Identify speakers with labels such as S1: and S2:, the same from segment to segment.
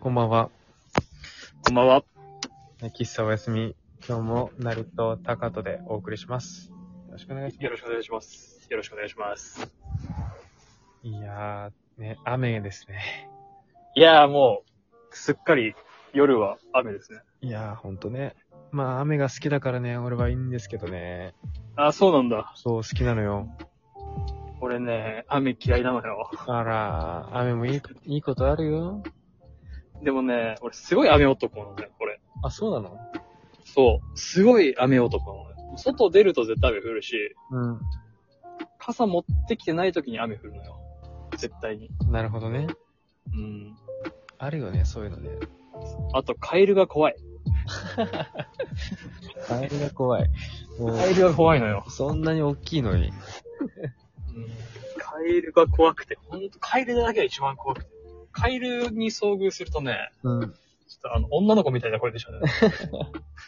S1: こんばんは。
S2: こんばんは。
S1: 喫茶おやすみ。今日も、ナルト、タカトでお送りします。よろしくお願いしま
S2: よろしくお願いします。よろしくお願いします。
S1: す。いやー、ね、雨ですね。
S2: いやーもう、すっかり夜は雨ですね。
S1: いやー、ほんとね。まあ、雨が好きだからね、俺はいいんですけどね。
S2: あー、そうなんだ。
S1: そう、好きなのよ。
S2: 俺ね、雨嫌いなのよ。
S1: あらー、雨もいい、いいことあるよ。
S2: でもね、俺すごい雨男なのね、これ。
S1: あ、そうなの
S2: そう。すごい雨男なのね。外出ると絶対雨降るし、傘持ってきてない時に雨降るのよ。絶対に。
S1: うん。なるほどね。
S2: うん。
S1: あるよね、そういうのね。
S2: あと、カエルが怖い。
S1: カエルが怖い。も
S2: カエルが怖いのよ。
S1: う、そんなに大きいのに。
S2: うん。カエルが怖くて、ほんと、カエルだけが一番怖くて。カエルに遭遇するとね、
S1: うん。
S2: ちょっとあの、女の子みたいな声でしたね。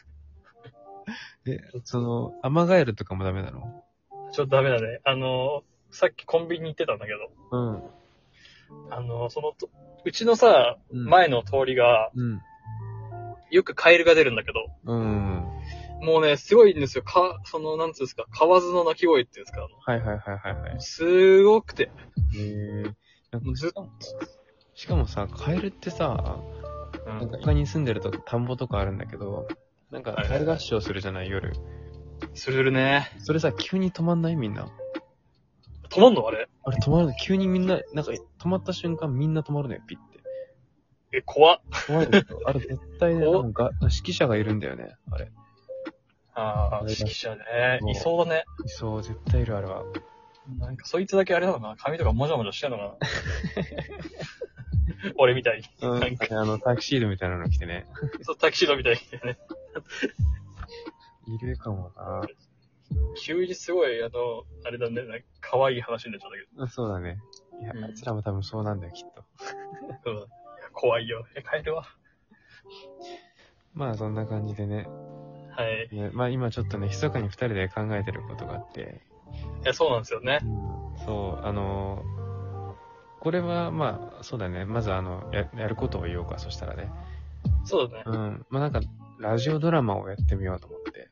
S1: え、その、アマガエルとかもダメなの
S2: ちょっとダメだね。あの、さっきコンビニ行ってたんだけど、
S1: うん。
S2: あの、そのと、うちのさ、
S1: うん
S2: 前の通りが、
S1: うん。
S2: よくカエルが出るんだけど、
S1: うん。は
S2: もうね、すごいんですよ。か、その、なんつうんですか、河津の鳴き声っていうんですか、
S1: いはいはいはいはい。
S2: すごくて、
S1: へえ。
S2: もうずっと、
S1: しかもさ、カエルってさ、
S2: う
S1: なん
S2: ん
S1: か、他に住んでると田んぼとかあるんだけど、なんか
S2: はい
S1: カエル合唱するじゃない夜。
S2: するね。
S1: それさ、急に止まんないみんな。
S2: 止まんのあれ
S1: あれ止まるの急にみんな、なんか止まった瞬間みんな止まるのよ、ピッて。
S2: え、怖っ。
S1: 怖いでしょ あれ絶対ね、
S2: 怖っ
S1: なんか指揮者がいるんだよね、あれ。
S2: ああ、指揮者ね。
S1: そう
S2: いそうだね。
S1: いそう、絶対いるあれは。
S2: なんか、そいつだけあれなのかな髪とかもじゃもじゃしてん のかな俺みたいに。
S1: うん。
S2: なんか
S1: あの、タキシードみたいなの着てね。
S2: そうタキシードみたいに。
S1: いるかもな。
S2: 急にすごい、あの、あれだね、なんか可愛い話になっちゃったけど
S1: うんそうだね。いや、
S2: うん
S1: あいつらも多分そうなんだよ、きっと。。
S2: うんいや怖いよ。え、帰るわ。
S1: まあ、そんな感じでね。
S2: はい。
S1: ねまあ、今ちょっとね、密かに二人で考えてることがあって。
S2: いや、そうなんですよね。
S1: そう、あのーこれは、まあ、そうだね。まず、あの、や、やることを言おうか、そしたらね。
S2: そうだね
S1: う。ん。まあ、なんか、ラジオドラマをやってみようと思って。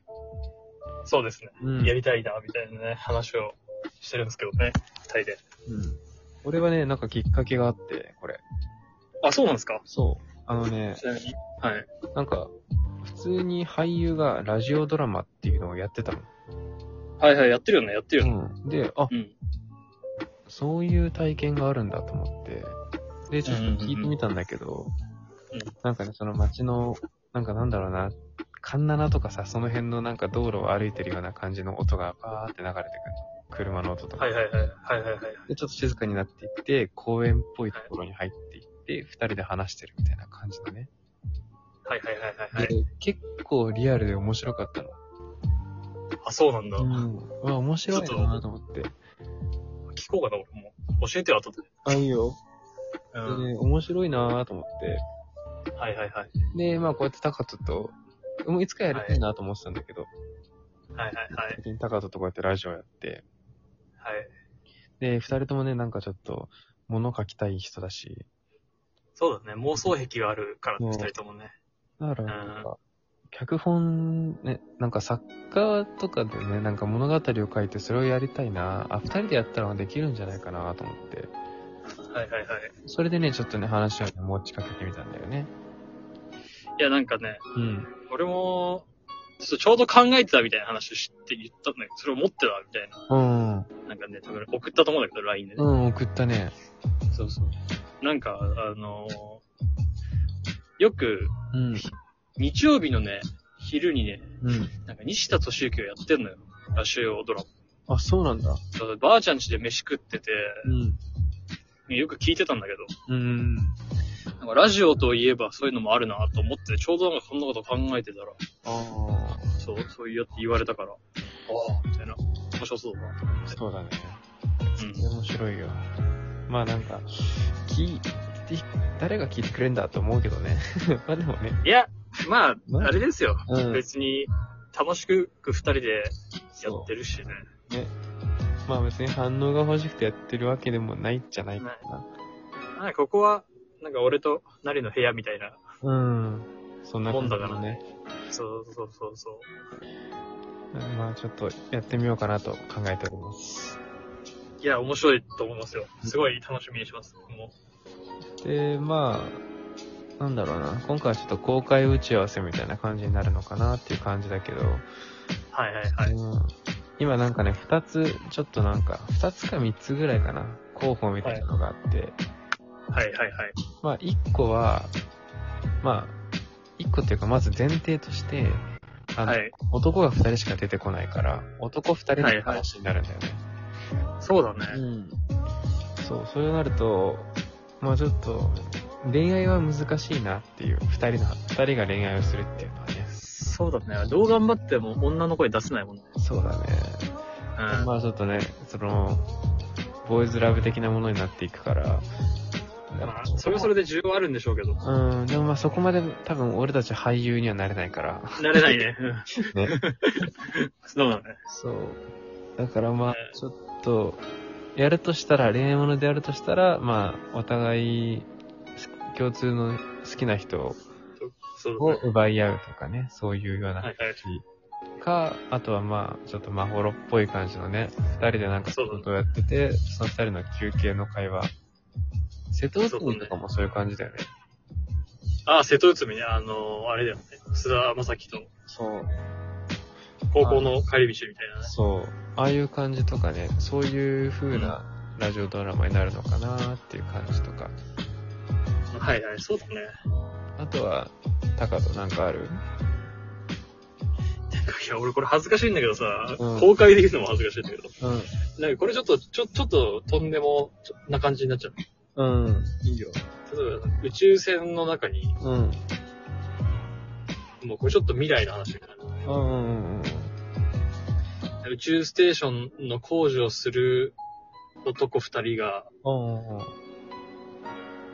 S2: そうですね。
S1: う
S2: やりたいな、みたいなね、話をしてるんですけどね。二人で。
S1: うん。俺はね、なんかきっかけがあって、これ。
S2: あ、そうなんですか
S1: そう。あのね、
S2: ちなみに。はい。
S1: なんか、普通に俳優がラジオドラマっていうのをやってたの。
S2: はいはい、やってるよね、やってるよね。
S1: うん。で、あ、
S2: うん。
S1: そういう体験があるんだと思って、で、ちょっと聞いてみたんだけど、
S2: うん
S1: なんかね、その街の、なんかなんだろうな、カンナナとかさ、その辺のなんか道路を歩いてるような感じの音がバーって流れてくるの。車の音とか。
S2: はいはいはい。はいはいはい。
S1: で、ちょっと静かになっていって、公園っぽいところに入っていって、二人で話してるみたいな感じのね。
S2: はいはいはいはいはい。
S1: で、結構リアルで面白かったの。
S2: あ、そうなんだ。
S1: うん。うわ、面白いなと思って。
S2: 聞こうかな、俺も。教えてよ、後で。
S1: あ、いいよ。
S2: う
S1: で
S2: ん。
S1: ね、面白いなと思って。
S2: はいはいはい。
S1: で、まあこうやってタカトと、もういつかやりたいなと思ってたんだけど、
S2: はいはいはい。
S1: 最近タカトとこうやってラジオやって、
S2: はい。
S1: で、二人ともね、なんかちょっと、物書きたい人だし、
S2: そうだね。妄想癖があるからね、
S1: うん
S2: 二人ともね。
S1: だからなんか、脚本、ね、なんか作家とかでね、なんか物語を書いてそれをやりたいなあ、二人でやったらできるんじゃないかなと思って、
S2: はいはいはい。
S1: それでね、ちょっとね、話をね持ちかけてみたんだよね。
S2: いや、なんかね、
S1: うん。
S2: 俺も、ちょっとちょうど考えてたみたいな話を知って言ったんだけど、それを持ってたみたいな。
S1: うん。
S2: なんかね、多分送ったと思うんだけど、LINE でね。
S1: うん、送ったね。
S2: そうそう。なんか、あのーよく、
S1: うん。
S2: 日曜日のね、昼にね、
S1: うん。
S2: なんか西田敏行がやってんのよ。ラジオドラマ。
S1: あ、そうなんだ。
S2: そうばあちゃん家で飯食ってて、
S1: うん。
S2: よく聞いてたんだけ
S1: うん。
S2: ど、なんかラジオといえばそういうのもあるなと思って、ちょうどなんかそんなこと考えてたら、
S1: あ
S2: そう、そういうやって言われたから、ああ、みたいな。面白そうだなと思
S1: あ、
S2: って。
S1: そうだね。
S2: うん。
S1: 面白いよ。まあなんか、聞いて、誰が聞いてくれんだと思うけどね。 まあでもね。
S2: いや、まあ、
S1: な
S2: あれですよ。
S1: うん
S2: 別に、楽しく二人でやってるしね。
S1: まあ別に反応が欲しくてやってるわけでもないじゃないかな。
S2: なんかここは、なんか俺となりの部屋みたいな。
S1: うん。そんな
S2: もんだから
S1: ね。
S2: そうそうそうそう。
S1: まあちょっとやってみようかなと考えております。
S2: いや、面白いと思いますよ。すごい楽しみにします。も
S1: で、まあ、なんだろうな。今回はちょっと公開打ち合わせみたいな感じになるのかなっていう感じだけど、
S2: う。はいはいはい。
S1: うん今なんかね、二つ、ちょっとなんか、二つか三つぐらいかな。候補みたいなのがあって、
S2: はいはいはい。
S1: まあ一個は、まあ、一個っていうかまず前提として、あの、
S2: はい。
S1: 男が二人しか出てこないから、男二人の話になるんだよね。
S2: そうだね。
S1: うん。そう、そうなると、まあちょっと、恋愛は難しいなっていう、二人の、二人が恋愛をするっていうのはね。
S2: そうだね。どう頑張っても女の声出せないもんね。
S1: そうだね。
S2: うん。
S1: まあちょっとね、その、ボーイズラブ的なものになっていくから。
S2: まあ、それはそれで需要あるんでしょうけど。
S1: うん、でもまあそこまで多分俺たち俳優にはなれないから。
S2: 慣れないね。うん
S1: ね。
S2: そうだね。
S1: そう。だからまあ
S2: ね、
S1: ちょっと、やるとしたら、恋愛ものでやるとしたら、まあ、お互い、共通の好きな人
S2: そう
S1: を
S2: だね。
S1: 奪い合うとかね、そういうような
S2: はいはい。
S1: か、あとはまあ、ちょっとまほろっぽい感じのね、二人でなんか
S2: そうだね
S1: ことをやってて、その二人の休憩の会話。瀬戸内海とかもそういう感じだよね。
S2: あ、瀬戸内海ね。あの、あれだよね。菅田将暉と
S1: そう。
S2: 高校の帰り道みたいなね。
S1: そう。ああいう感じとかね、そういう風なラジオドラマになるのかなっていう感じとか。
S2: はいはい。そうだね。
S1: あとは、タカとなんかある
S2: て か、いや、俺これ恥ずかしいんだけどさ、
S1: うん
S2: 公開できるのも恥ずかしいんだけど。
S1: うん。
S2: なんかこれちょっと、ちょ、ちょっと、とんでも、ちょな感じになっちゃう。
S1: うん。いいよ。
S2: 例えば、宇宙船の中に、
S1: うん。
S2: もうこれちょっと未来の話だから
S1: うんうんうん。
S2: 宇宙ステーションの工事をする男二人が、
S1: うんうん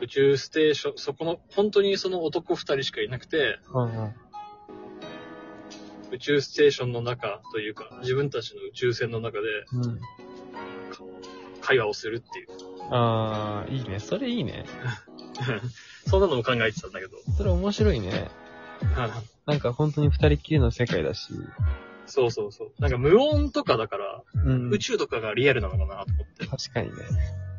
S2: 宇宙ステーション、そこの、本当にその男二人しかいなくて、
S1: うん。
S2: 宇宙ステーションの中というか、自分たちの宇宙船の中で
S1: うん。
S2: 会話をするって いう。
S1: ああ、いいね。それいいね。
S2: そんなのも考えてたんだけど。
S1: それ面白いね。なんか本当に二人きりの世界だし。
S2: そうそうそう。なんか無音とかだから、
S1: うん
S2: 宇宙とかがリアルなのかなと思って。
S1: 確かにね。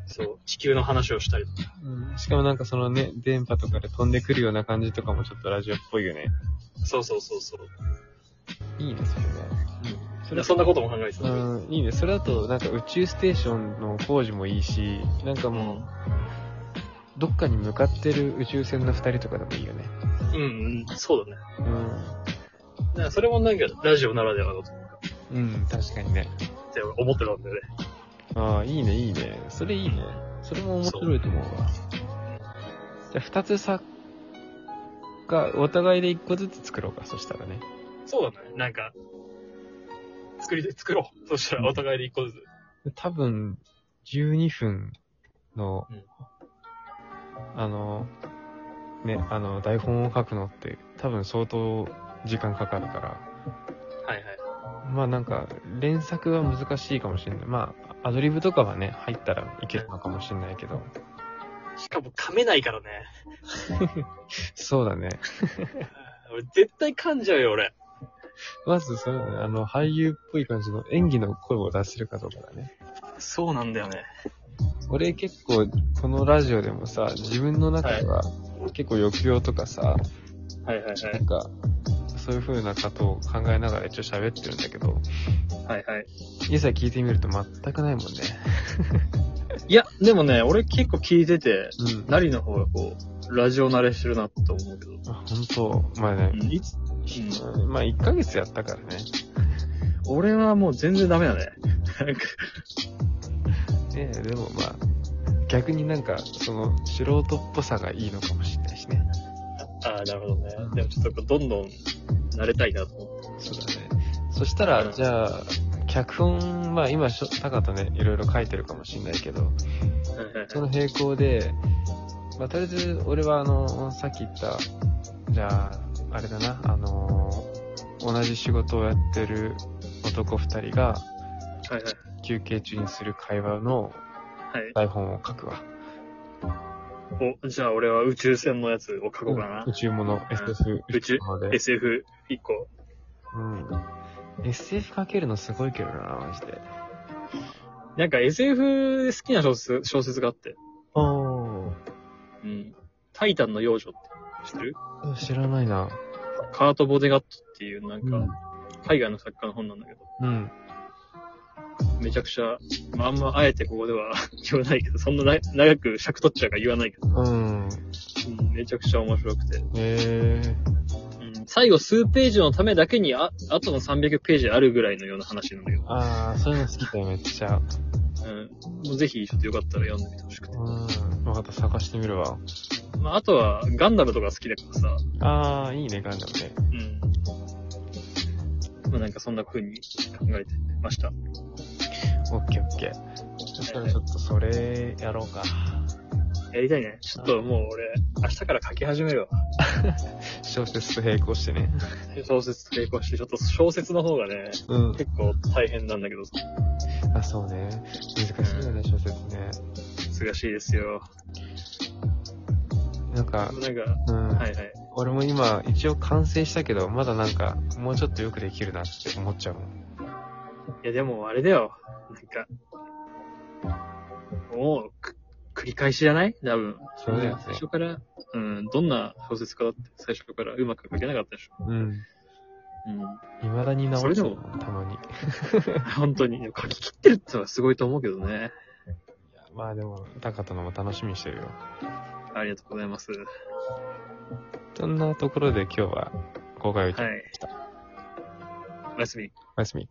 S2: そう。地球の話をしたりとか。
S1: うん。しかもなんかそのね、電波とかで飛んでくるような感じとかもちょっとラジオっぽいよね。
S2: そうそうそうそう。
S1: いいね、それね。そ
S2: そ
S1: れ
S2: そんなことも考えてたんだけど。
S1: うん、いいね。それだと、なんか宇宙ステーションの工事もいいし、なんかもう、どっかに向かってる宇宙船の二人とかでもいいよね。
S2: うん、うん、そうだね。
S1: うん。
S2: だからそれもなんかラジオならではだと思う
S1: うん、確かにね。
S2: って思ってたんだよね。
S1: ああ、いいね、いいね。それいいね。それも面白いと思うわ。じゃあ、二つ作家、お互いで一個ずつ作ろうか、そしたらね。
S2: そうだね。なんか、作り、作ろう。そしたらお互いで一個ずつ。
S1: 多分、12分の、
S2: うん
S1: あの、ね、あの、台本を書くのって、多分相当時間かかるから、
S2: はいはい。
S1: まあなんか、連作は難しいかもしれない。まあ、アドリブとかはね、入ったらいけるのかもしれないけど、
S2: しかも噛めないからね。
S1: そうだね。
S2: 俺絶対噛んじゃうよ、俺。
S1: まず、その、あの、俳優っぽい感じの演技の声を出せるかどうかだね。
S2: そうなんだよね。
S1: 俺結構、このラジオでもさ、自分の中では、結構抑揚とかさ、
S2: はいはいは
S1: なんか、そういう風なことを考えながら一応喋ってるんだけど、
S2: い。はいはい。
S1: いざ聞いてみると全くないもんね。
S2: いや、でもね、俺結構聞いてて、
S1: うん。
S2: なりの方がこう、ラジオ慣れしてるなと思うけど。
S1: あ本当まあね、
S2: うん
S1: いつ、
S2: うん
S1: うんまあ1ヶ月やったからね。
S2: 俺はもう全然ダメだね。なんか、
S1: ねえでもまあ、逆になんか、その、素人っぽさがいいのかもしれないしね。
S2: ああ、なるほどね。でもちょっとこうどんどん慣れたいなと思って。
S1: そうだね。そしたら、じゃあ、脚本、まあ今、しょタカとね、いろいろ書いてるかもしれないけど、
S2: はいはいはい
S1: その並行で、まあ、とりあえず、俺は、あの、さっき言った、じゃあ、あれだな、あの、同じ仕事をやってる男二人が
S2: はいはい。
S1: 休憩中にする会話の
S2: はい。
S1: 台本を書くわ。
S2: お、じゃあ俺は宇宙船のやつを書こうかな。
S1: 宇宙物、SF
S2: 宇宙
S1: 物で。
S2: SF1 個。
S1: うん。SF かけるのすごいけどな、マジで。
S2: なんか SF で好きな小説小説があって。
S1: お
S2: うん。タイタンの幼女って知ってる
S1: ー。知らないな。
S2: カート・ボデガットっていうなん
S1: うん
S2: か、海外の作家の本なんだけど、
S1: うん。
S2: めちゃくちゃ、まああんまあえてここでは 言わないけど、そんなな長く尺取っちゃうから言わないけど、
S1: うん。
S2: うんめちゃくちゃ面白くて。
S1: えー。
S2: うん、最後数ページのためだけにあ、あとの300ページあるぐらいのような話なんだけど、
S1: あー、そういうの好きだよ、めっちゃ。
S2: うん、もうぜひちょっとよかったら読んでみてほしくて。
S1: うん。わかった、探してみるわ。
S2: まあ、あとはガンダムとか好きだからさ、
S1: あー、いいね、ガンダムね。
S2: うん。まあなんかそんな風に考えてました。
S1: オッケーオッケー。そしたらちょっとそれやろうか。
S2: やりたいね。ちょっともう俺、明日から書き始めるわ。
S1: 小説と並行してね。
S2: 小説と並行して、ちょっと小説の方がね、
S1: うん。
S2: 結構大変なんだけど、
S1: あ、そうね。難しいよね、小説ね。
S2: 難しいですよ。
S1: なんか、
S2: なんか、
S1: うん。
S2: はいはい。
S1: 俺も今、一応完成したけど、まだなんか、もうちょっとよくできるなって思っちゃうもん。
S2: いやでもあれだよ。なんか、もうく、繰り返しじゃない多分。
S1: そうだよね
S2: 最初から、うん、どんな小説家だって最初からうまく書けなかったでしょ。
S1: うん。
S2: う
S1: 未だに直っちゃう
S2: それ
S1: もん、たまに。
S2: ん。 本当に。でも書き切ってるってのはすごいと思うけどね。
S1: まあでも、タカとのも楽しみにしてるよ。
S2: ありがとうございます。はい。
S1: そんなところで今日は、公開をいただき
S2: おやすみ。
S1: おやすみ。